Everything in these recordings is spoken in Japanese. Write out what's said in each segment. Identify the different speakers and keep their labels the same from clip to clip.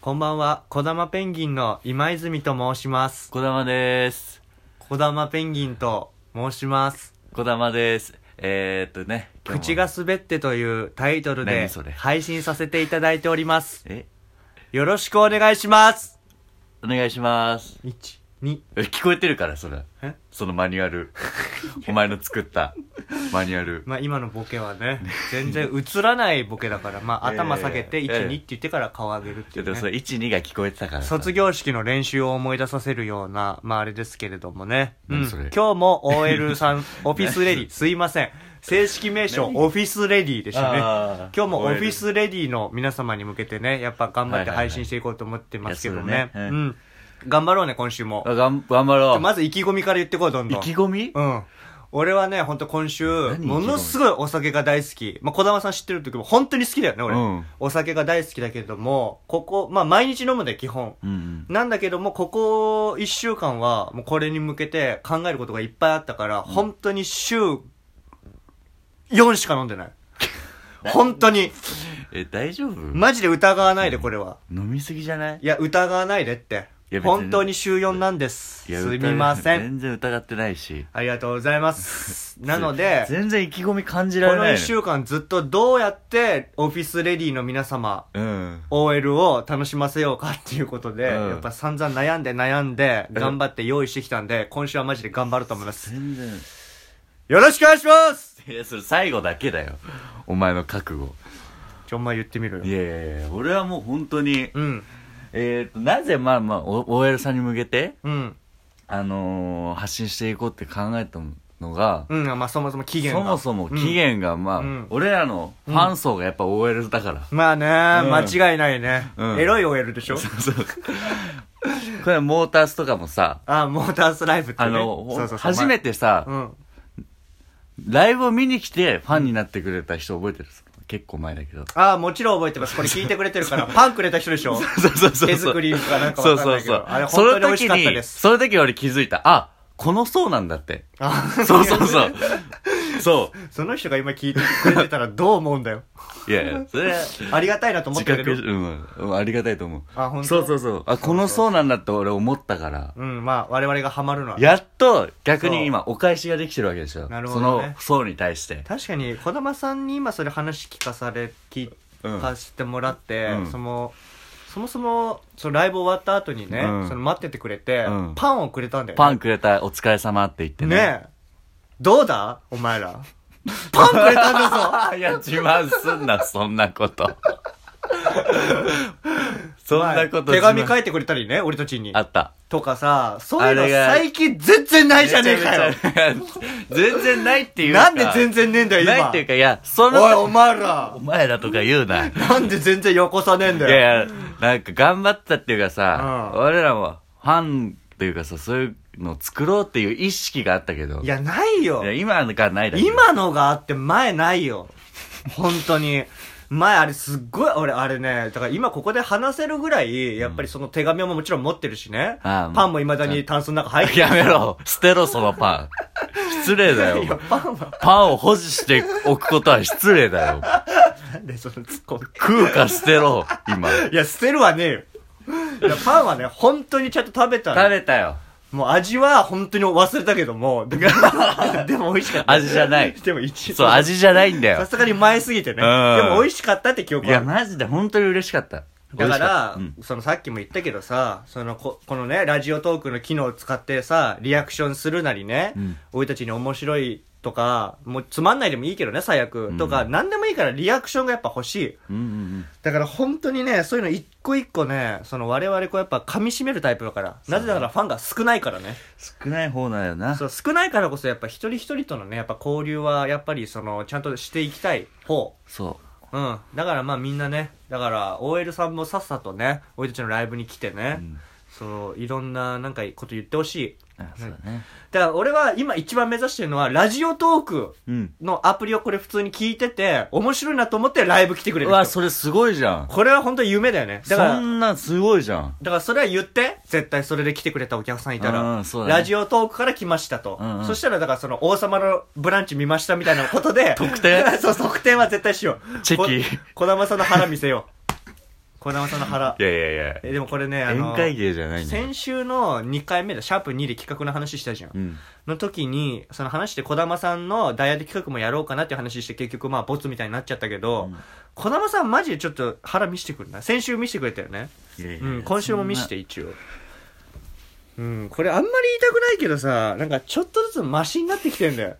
Speaker 1: こんばんは、こだまペンギンの今泉と申します。
Speaker 2: こだまです。
Speaker 1: こだまペンギンと申します。
Speaker 2: こだまです。えー、っとね。今日も
Speaker 1: 口が。滑ってというタイトルで
Speaker 2: 何それ
Speaker 1: 配信させていただいております。
Speaker 2: え、
Speaker 1: よろしくお願いします。
Speaker 2: お願いします。
Speaker 1: 1、2、
Speaker 2: え、聞こえてるから、それ。
Speaker 1: え
Speaker 2: そのマニュア ル。お前の作ったマニュアル。
Speaker 1: まあ今のボケはね、全然映らないボケだから、まあ頭下げて
Speaker 2: ええ
Speaker 1: 1、2って言ってから顔上げるっ
Speaker 2: い
Speaker 1: てい
Speaker 2: やで
Speaker 1: う、
Speaker 2: もそれ
Speaker 1: ね。
Speaker 2: 1、2が聞こえてたからさ。
Speaker 1: 卒業式の練習を思い出させるような、まああれですけれどもね。うん。
Speaker 2: 何それ
Speaker 1: 今日も OL さん、オフィスレディ、すいません。正式名称、オフィスレディでしたね。
Speaker 2: あー
Speaker 1: 今日もオフィスレディの皆様に向けてね、やっぱ頑張って配信していこうと思ってますけど
Speaker 2: はいはい
Speaker 1: ね。う
Speaker 2: はいいやそうだね
Speaker 1: ん。頑張ろうね、今週も。
Speaker 2: あがん頑張ろう。
Speaker 1: まず意気込みから言ってこう、どんど
Speaker 2: 意
Speaker 1: ん。
Speaker 2: 気込み
Speaker 1: うん。俺はね、ほんと今週、
Speaker 2: 何意気込み
Speaker 1: ものすごいお酒が大好き。まあ、小玉さん知ってる時も本当に好きだよね、俺。
Speaker 2: うん
Speaker 1: お酒が大好きだけれども、ここ、まあ、毎日飲むで、基本。
Speaker 2: うん
Speaker 1: なんだけども、ここ一週間は、もうこれに向けて考えることがいっぱいあったから、本当に週、4しか飲んでない。本当に。
Speaker 2: うん。え、大丈夫
Speaker 1: マジで疑わないで、これは。
Speaker 2: 飲みすぎじゃない
Speaker 1: いや、疑わないでって
Speaker 2: いや。別に
Speaker 1: 本当に週4なんです。
Speaker 2: いや
Speaker 1: すみませ
Speaker 2: 疑って
Speaker 1: ん。
Speaker 2: 全然疑ってないし。
Speaker 1: ありがとうございます。なので、
Speaker 2: 全然意気込み感じ
Speaker 1: こ
Speaker 2: られな
Speaker 1: の
Speaker 2: い
Speaker 1: 1
Speaker 2: の。
Speaker 1: 週間ずっとどうやってオフィスレディの皆様、
Speaker 2: うん。
Speaker 1: OL を楽しませようかっていうことで、
Speaker 2: うん
Speaker 1: やっぱ散々悩んで悩んで、頑張って用意してきたんで、今週はマジで頑張ると思います。
Speaker 2: 全然。
Speaker 1: よろしくお願いします
Speaker 2: いや、それ最後だけだよ。お前の覚悟。
Speaker 1: ちょ、お前言ってみろ
Speaker 2: い
Speaker 1: よ。
Speaker 2: やいやいや、俺はもう本当に、
Speaker 1: うん。
Speaker 2: えー、と、なぜまあまあ、お OL さんに向けて、
Speaker 1: うん。
Speaker 2: あのー発信していこうって考えたのが、
Speaker 1: うん。まあ、そもそも期限が
Speaker 2: そもそも
Speaker 1: うん
Speaker 2: 期限が、まあ、
Speaker 1: うん
Speaker 2: 俺らのファン層がやっぱ OL だから。
Speaker 1: まあね、
Speaker 2: うん
Speaker 1: 間違いないね。
Speaker 2: うん
Speaker 1: エロい OL でしょ
Speaker 2: そうそう。これモータースとかもさ、
Speaker 1: あ、モータースライブってね。
Speaker 2: あの、
Speaker 1: そうそうそう
Speaker 2: 初め
Speaker 1: て。
Speaker 2: てさ、
Speaker 1: うん。
Speaker 2: ライブを見に来てファンになってくれた人覚えてる結構前だけど。
Speaker 1: あ、もちろん覚えてます。これ聞いてくれてる から、パンくれた人でしょ
Speaker 2: そうそうそう。
Speaker 1: 手作りかなんか
Speaker 2: そ
Speaker 1: わ
Speaker 2: う
Speaker 1: かん
Speaker 2: そ
Speaker 1: な
Speaker 2: う
Speaker 1: いけ
Speaker 2: そ
Speaker 1: ど
Speaker 2: う。
Speaker 1: あれ本当に美味しかったです
Speaker 2: その時にその時俺気づいた。あ、この層なんだ って。
Speaker 1: あ
Speaker 2: そうそうそう。そ
Speaker 1: その人が今聞いてくれてたらどう思うんだよ。
Speaker 2: う。いやいや、それは、
Speaker 1: ありがたいなと思ってくれ
Speaker 2: 自
Speaker 1: る。
Speaker 2: 覚うん、うんありがたいと思う。
Speaker 1: あ本当
Speaker 2: そうそうそう。あ、この層なんだって俺思ったから。
Speaker 1: うん、まあ、我々がハマるのは。
Speaker 2: やっと逆
Speaker 1: そう
Speaker 2: に今お返しができてるわけでしょ。
Speaker 1: なるほ
Speaker 2: そ
Speaker 1: どね
Speaker 2: の層に対して。
Speaker 1: 確かに、児玉さんに今それ話聞かされ、聞
Speaker 2: うん
Speaker 1: かせてもらって、
Speaker 2: うん
Speaker 1: その、そもそも、そのライブ終わった後にね、
Speaker 2: うん
Speaker 1: その待っててくれて、
Speaker 2: うん
Speaker 1: パンをくれたんだよね。
Speaker 2: パンくれたお疲れ様って言ってね。
Speaker 1: ねえ。どうだお前ら。パンくれたんだぞ
Speaker 2: あいや、自慢すんな、そんな こと。そんなこと
Speaker 1: 手
Speaker 2: 自慢
Speaker 1: 紙書いてくれたりね、俺たちに
Speaker 2: あ。った。
Speaker 1: とかさ、そういうの
Speaker 2: あれが
Speaker 1: 最近全然ないじゃねえかよ。
Speaker 2: めちゃめちゃ。 全然ないっていうか。
Speaker 1: なんで全然ねえんだよ、今。
Speaker 2: ないっていうか、いや、そ
Speaker 1: おい、
Speaker 2: の、
Speaker 1: お前ら
Speaker 2: お。前らとか言うな。い
Speaker 1: なんで全然よこさねえんだよ。
Speaker 2: やいや、なんか頑張ったっていうかさ、
Speaker 1: うん
Speaker 2: 俺らもファンっていうかさ、そういうのを作ろうっていう意識があったけど。
Speaker 1: いや、ないよ
Speaker 2: いや、。今がないだけど
Speaker 1: 今のがあって前ないよ。本当に。前あれすっごい、俺あれね、だから今ここで話せるぐらい、やっぱりその手紙ももちろん持ってるしね。
Speaker 2: ああ
Speaker 1: パンも未だにタンスの中入ってる。
Speaker 2: やめろ捨てろ、そのパン。失礼だ
Speaker 1: いや
Speaker 2: よ。
Speaker 1: パンは、
Speaker 2: パンを保持しておくことは失礼だよ。
Speaker 1: なんでその突っ込み。
Speaker 2: 食うか捨てろ、今。
Speaker 1: いや、捨てるはねえよ。いやパンはね、本当にちゃんと食べたの
Speaker 2: 食べたよ。
Speaker 1: もう味は本当に忘れたけど も、でもでも美味しかった。
Speaker 2: 味じゃない
Speaker 1: でも一
Speaker 2: そう、味じゃないんだ
Speaker 1: さ
Speaker 2: よ。
Speaker 1: すがに前すぎてね。
Speaker 2: うん
Speaker 1: でも美味しかったって記憶
Speaker 2: い
Speaker 1: はあ
Speaker 2: や、
Speaker 1: る。
Speaker 2: マジで本当に嬉しかった。
Speaker 1: だから、
Speaker 2: 美味しかっ
Speaker 1: そのさっきも言ったけどさ、そのこ、このね、ラジオトークの機能を使ってさ、リアクションするなりね、
Speaker 2: うん
Speaker 1: 俺たちに面白いとか、もうつまんないでもいいけどね、最悪。
Speaker 2: うん
Speaker 1: とか、なんでもいいからリアクションがやっぱ欲しい。
Speaker 2: たうん。うんうん
Speaker 1: だから本当にね、そういうの一個一個ね、その我々こうやっぱ噛み締めるタイプだから、なぜならファンが少ないからね。
Speaker 2: 少ない方なんだよな。
Speaker 1: そう、少ないからこそやっぱ一人一人とのね、やっぱ交流はやっぱりその、ちゃんとしていきたい方。
Speaker 2: そ
Speaker 1: うん。だからまあみんなね、だから OL さんもさっさとね、俺たちのライブに来てね、
Speaker 2: う。うん
Speaker 1: その、いろんななんかこと言ってほしい。
Speaker 2: あそうだね。
Speaker 1: だから俺は今一番目指してるのは、ラジオトーク
Speaker 2: うん。
Speaker 1: のアプリをこれ普通に聞いてて、面白いなと思ってライブ来てくれ
Speaker 2: う
Speaker 1: る
Speaker 2: わ、
Speaker 1: 人。
Speaker 2: それすごいじゃん。
Speaker 1: これは本当に夢だよね。だから、
Speaker 2: そんなんすごいじゃん。
Speaker 1: だからそれは言って、絶対それで来てくれたお客さんいた
Speaker 2: う
Speaker 1: ら、
Speaker 2: んそうだね
Speaker 1: ラジオトークから来ましたと。
Speaker 2: うんうん
Speaker 1: そしたら、だからその王様のブランチ見ましたみたいなことで、
Speaker 2: 特典
Speaker 1: そう、特典は絶対しよう。
Speaker 2: チェキ
Speaker 1: こ。小玉さんの腹見せよう。児玉さんの腹
Speaker 2: いやいやいや
Speaker 1: えでもこれねあの
Speaker 2: 宴会芸じゃないんだよ
Speaker 1: 先週の2回目だシャープ2で企画の話したじゃん、
Speaker 2: うん
Speaker 1: の時にその話で児玉さんのダイヤで企画もやろうかなっていう話して結局まあボツみたいになっちゃったけど、児玉さんマジでちょっと腹見せてくれない先週見せてくれたよね、
Speaker 2: いやいや
Speaker 1: うん、今週も見せて一応うんこれあんまり言いたくないけどさなんかちょっとずつマシになってきてんだ よ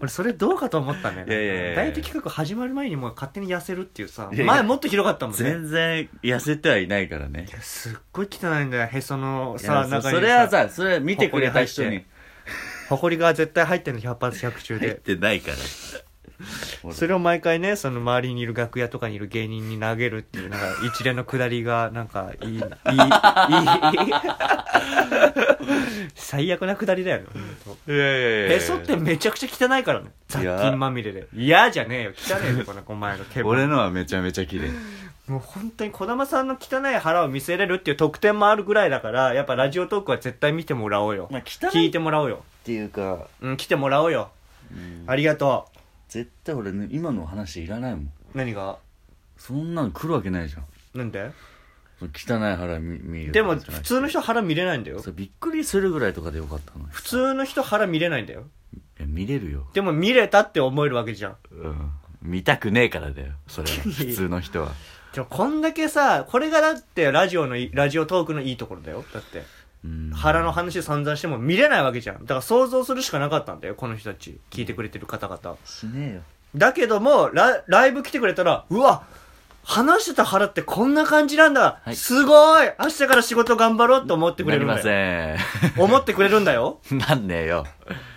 Speaker 1: 俺それどうかと思ったね
Speaker 2: いやいやいやいや
Speaker 1: ダイエット企画始まる前にもう勝手に痩せるっていうさ
Speaker 2: いやいや
Speaker 1: 前もっとひどかったもんね
Speaker 2: 全然痩せてはいないからね
Speaker 1: すっごい汚いんだよへその
Speaker 2: いや
Speaker 1: さ中に
Speaker 2: それはさそれは見てくれた人に
Speaker 1: ほこりが絶対入ってんの百発百中
Speaker 2: 入っ
Speaker 1: で
Speaker 2: てないから
Speaker 1: それを毎回ねその周りにいる楽屋とかにいる芸人に投げるっていう なんか一連のくだりがなんかいいいいいい最悪なくだりだよねほんと
Speaker 2: いやいやい
Speaker 1: へそってめちゃくちゃ汚いからね雑菌まみれで嫌じゃねえよ汚えよこのお前の毛も
Speaker 2: 俺のはめちゃめちゃ綺麗
Speaker 1: もう本当に児玉さんの汚い腹を見せれるっていう特典もあるぐらいだからやっぱラジオトークは絶対見てもらおうよ
Speaker 2: まあ汚い
Speaker 1: 聞いてもらおうよ
Speaker 2: っていうか、
Speaker 1: うん来てもらおうよありがと
Speaker 2: 絶対俺、ね、今の話いらないもん
Speaker 1: う何が
Speaker 2: そんなの来るわけないじゃん
Speaker 1: なんで
Speaker 2: その汚い腹見見る
Speaker 1: でも普通の人腹見れないんだよ
Speaker 2: そうびっくりするぐらいとかでよかったのに
Speaker 1: 普通の人腹見れないんだよ
Speaker 2: いや見れるよ、
Speaker 1: でも見れたって思えるわけじゃん
Speaker 2: うん、見たくねえからだよそれは 普通の人は
Speaker 1: でもこんだけさこれがだってラジオのいラジオトークのいいところだよだって
Speaker 2: うん
Speaker 1: 腹の話散々しても見れないわけじゃんだから想像するしかなかったんだよこの人たち聞いてくれてる方々
Speaker 2: しねえよ
Speaker 1: だけどもラライブ来てくれたらうわ話してた腹ってこんな感じなんだ、
Speaker 2: はい
Speaker 1: すごい明日から仕事頑張ろうって思ってく
Speaker 2: な
Speaker 1: れ
Speaker 2: り
Speaker 1: るん
Speaker 2: ま
Speaker 1: だよ
Speaker 2: せ
Speaker 1: 思ってくれるんだよ
Speaker 2: ん なんねえよ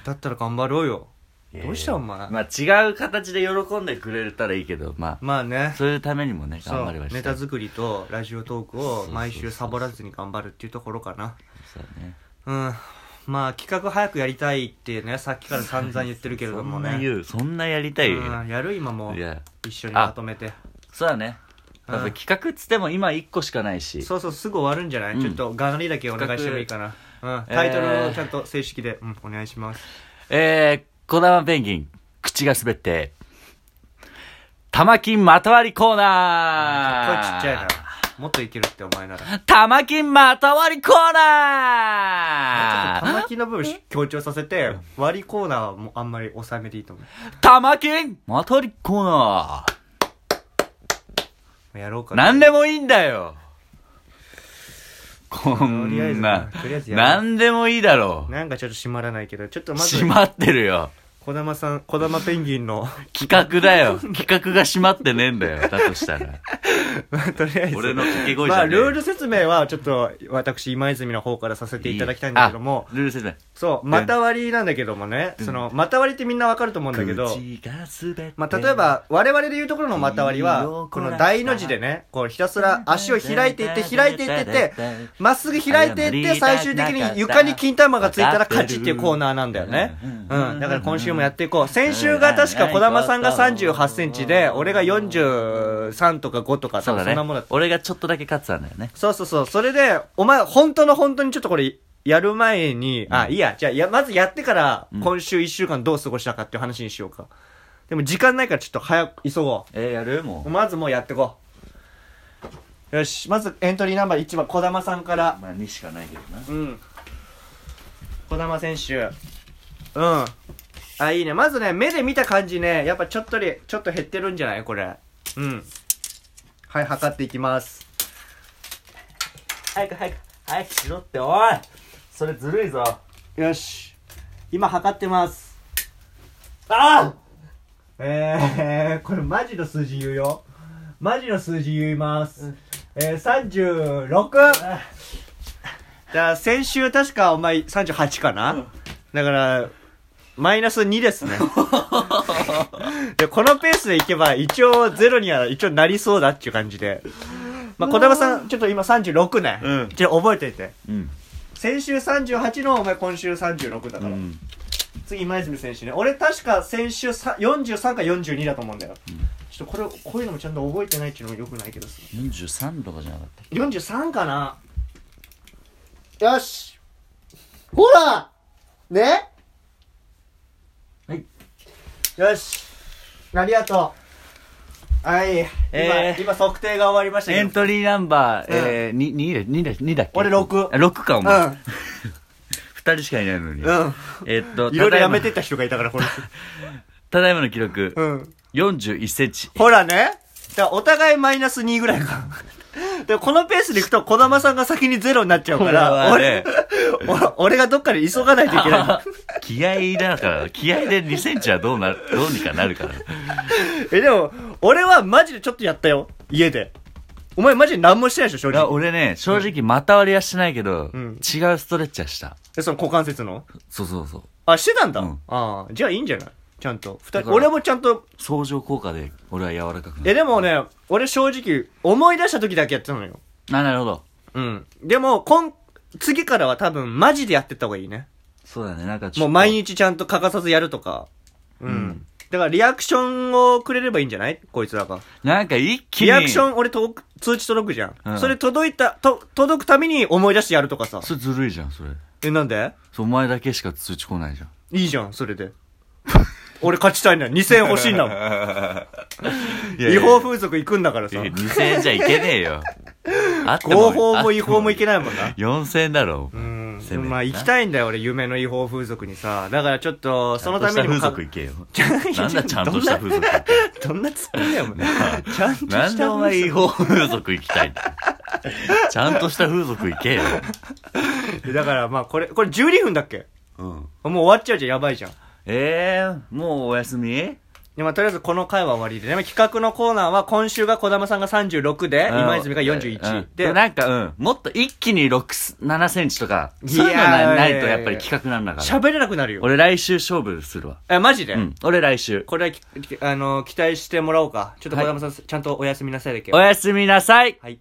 Speaker 1: だったら頑張ろうよ どうしたお前
Speaker 2: まあ違う形で喜んでくれたらいいけどまあ
Speaker 1: まあね
Speaker 2: そういうためにもね頑張り
Speaker 1: そ
Speaker 2: は
Speaker 1: う
Speaker 2: したい
Speaker 1: ネタ作りとラジオトークを毎週サボらずに頑張るっていうところかな
Speaker 2: そうだね
Speaker 1: うんまあ企画早くやりたいってねさっきから散々言ってるけれど
Speaker 2: そ
Speaker 1: も
Speaker 2: ん
Speaker 1: ね
Speaker 2: な言うそんなやりたいよ
Speaker 1: うんやる今もう
Speaker 2: いや
Speaker 1: 一緒にまとめて
Speaker 2: そうだね
Speaker 1: うん
Speaker 2: やっぱ企画っつっても今1個しかないし
Speaker 1: そうそうすぐ終わるんじゃない、
Speaker 2: うん
Speaker 1: ちょっとガナリだけお願いしてもいいかな、うん、
Speaker 2: えー
Speaker 1: タイトルをちゃんと正式で、うん、お願いします
Speaker 2: えー、小玉ペンギン口が滑って玉金まとわりコ
Speaker 1: 声
Speaker 2: ー
Speaker 1: ち
Speaker 2: ナー
Speaker 1: っちゃいなもっといけるってお前ならちょっと
Speaker 2: 玉金まとわりコーナー
Speaker 1: 玉木の部分強調させて割りコーナーはもうあんまり抑えめでいいと思
Speaker 2: 玉金まとわりコーナ
Speaker 1: うやろうか
Speaker 2: ー何でもいいんだよこ
Speaker 1: とりあえず
Speaker 2: ん
Speaker 1: な
Speaker 2: な
Speaker 1: とりあえずやろう
Speaker 2: 何でもいいだろ
Speaker 1: なんかちょっと締まらないけどちょっと
Speaker 2: う
Speaker 1: まず
Speaker 2: 閉まってるよ
Speaker 1: 児玉さん児玉ペンギンの
Speaker 2: 企画だよ企画が閉まってねえんだよだとしたら
Speaker 1: まあとりあえず
Speaker 2: 俺の掛け声じ
Speaker 1: まあ
Speaker 2: ゃねえ
Speaker 1: ルール説明はちょっと私今泉の方からさせていただきたいんだけども
Speaker 2: あルール説明
Speaker 1: そうまた割りなんだけどもねそのまた割りってみんなわかると思うんだけど
Speaker 2: 口が滑って
Speaker 1: まあ、例えば、我々で言うところの股割りは、この大の字でね、こうひたすら足を開いていって、開いていってって、まっすぐ開いていって、最終的に床に金玉がついたら勝ちっていうコーナーなんだよね。うん。だから今週もやっていこう。先週が確か児玉さんが38センチで、俺が43とか5とか、
Speaker 2: そ
Speaker 1: 多
Speaker 2: う
Speaker 1: 分
Speaker 2: だ
Speaker 1: そ
Speaker 2: ね
Speaker 1: んなもんだった。
Speaker 2: 俺がちょっとだけ勝ってたんだよね
Speaker 1: そうそうそう。それで、お前、本当の本当にちょっとこれ、やる前に、あ、いいや、じゃあ、や、まずやってから、今週1週間どう過ごしたかっていう話にしようか。でも時間ないからちょっと早く、急ごう。
Speaker 2: えー、やるも
Speaker 1: まずもうやってこうよしまずエントリーナンバー1番児玉さんから
Speaker 2: まあ2しかないけどな
Speaker 1: うん児玉選手うんあいいねまずね目で見た感じねやっぱちょっとりちょっと減ってるんじゃないこれうんはい測っていきます
Speaker 2: 早く早く早くしろっておいそれずるいぞ
Speaker 1: よし今測ってます
Speaker 2: あ
Speaker 1: えー、これマジの数字言うよマジの数字言います、えー、36じゃあ先週確かお前38かな、だからマイナス2です ねでこのペースでいけば一応ゼロには一応なりそうだっていう感じでまあ児玉さんちょっと今36ね、
Speaker 2: うん
Speaker 1: ちょっと覚えておいて
Speaker 2: うん、
Speaker 1: 先週38のお前今週36だ
Speaker 2: う
Speaker 1: から、
Speaker 2: ん、
Speaker 1: 次今泉選手ね俺確か先週さ43か42だと思うんだよ、ちょっとこれこういうのもちゃんと覚えてないっていうのもよくないけどさ
Speaker 2: 43とかじゃなかった
Speaker 1: 43かなよしほらね
Speaker 2: はい
Speaker 1: よしありがとうはい、
Speaker 2: えー
Speaker 1: 今今測定が終わりました
Speaker 2: エ
Speaker 1: け
Speaker 2: ン
Speaker 1: ど
Speaker 2: トリーナンバー、
Speaker 1: うん
Speaker 2: えー、ににだにだにだっけ
Speaker 1: 俺六
Speaker 2: あ六かお
Speaker 1: う
Speaker 2: 前、
Speaker 1: ん
Speaker 2: 二人しかいないのに、
Speaker 1: うん
Speaker 2: えっと
Speaker 1: いろいろやめ
Speaker 2: ただ
Speaker 1: て
Speaker 2: いま
Speaker 1: た人がいたからこれ
Speaker 2: ただいまの記録、
Speaker 1: うん
Speaker 2: 41センチ
Speaker 1: ほらねだからお互いマイナス2ぐらいか でこのペースでいくと児玉さんが先にゼロになっちゃうから
Speaker 2: これ
Speaker 1: 俺俺俺がどっかで急がないといけない
Speaker 2: 気合だから気合で2センチはどうなるどうにかなるから
Speaker 1: え、でも、俺はマジでちょっとやったよ。家で。お前マジで何もしてないでしょ、正
Speaker 2: いや
Speaker 1: 直。
Speaker 2: 俺ね正直股割りはしてないけど、
Speaker 1: うん
Speaker 2: 違うストレッチはした
Speaker 1: え、その股関節の
Speaker 2: そうそうそう
Speaker 1: あ、してたんだ。
Speaker 2: うん
Speaker 1: ああ、じゃあいいんじゃないちゃんと。二
Speaker 2: だか
Speaker 1: 人、
Speaker 2: ら
Speaker 1: 俺もちゃんと、
Speaker 2: 相乗効果で俺は柔らかくなる
Speaker 1: え、でもね、俺正直、思い出した時だけやってたのよ。
Speaker 2: あなるほど
Speaker 1: うん。でも、今、次からは多分マジでやってった方がいいね。
Speaker 2: そうだねなんかちょっと
Speaker 1: もう毎日ちゃんと欠かさずやるとか。うん。
Speaker 2: うん
Speaker 1: だからリアクションをくれればいいんじゃないこいつらが。
Speaker 2: なんか一気に
Speaker 1: リアクション、俺と、通知届くじゃん。
Speaker 2: うん
Speaker 1: それ届いた、と、届くために思い出してやるとかさ。
Speaker 2: それずるいじゃんそれ
Speaker 1: え、なんで
Speaker 2: そうお前だけしか通知来ないじゃん
Speaker 1: いいじゃん、それ で。俺勝ちたいんだよ。2000円欲しいんだもん。違法風俗行くんだから
Speaker 2: い
Speaker 1: さ
Speaker 2: や。2000円じゃいけね えよあって
Speaker 1: 合法も違法もい
Speaker 2: け
Speaker 1: けないもんな。
Speaker 2: 4000円だろ
Speaker 1: うん
Speaker 2: せめて。な
Speaker 1: まあ行きたいんだよ、俺、夢の違法風俗にさ。だからちょっと、そのためにも
Speaker 2: ちゃん
Speaker 1: か。
Speaker 2: とした風俗行けよ
Speaker 1: いや
Speaker 2: なんだちゃんとした風俗行け
Speaker 1: どんなツッコミだよ、お前。 ちゃんと した風
Speaker 2: なん
Speaker 1: 俗
Speaker 2: でお前違法風俗行きたい んだちゃんとした風俗行けよ。
Speaker 1: だからまあ、これ、これ12分だっけもう終わっちゃうじゃん、やばいじゃん。
Speaker 2: えー、もうお休み
Speaker 1: でまあ、とりあえずこの回は終わりでね。まあ企画のコーナーは、今週が児玉さんが36で、今泉が
Speaker 2: うん
Speaker 1: 41。
Speaker 2: で、
Speaker 1: で、
Speaker 2: なんかうん、もっと一気に6す、7センチとか、
Speaker 1: いやー
Speaker 2: そういうのないないと
Speaker 1: いやいやいや
Speaker 2: やっぱり企画なんだから。
Speaker 1: 喋れなくなるよ。
Speaker 2: 俺来週勝負するわ。
Speaker 1: え、マジで
Speaker 2: うん、俺来週。
Speaker 1: これはき、きあの、期待してもらおうか。ちょっと
Speaker 2: は
Speaker 1: 小玉
Speaker 2: い
Speaker 1: さん、ちゃんとおやすみなさいだけ。
Speaker 2: おやすみなさい
Speaker 1: はい。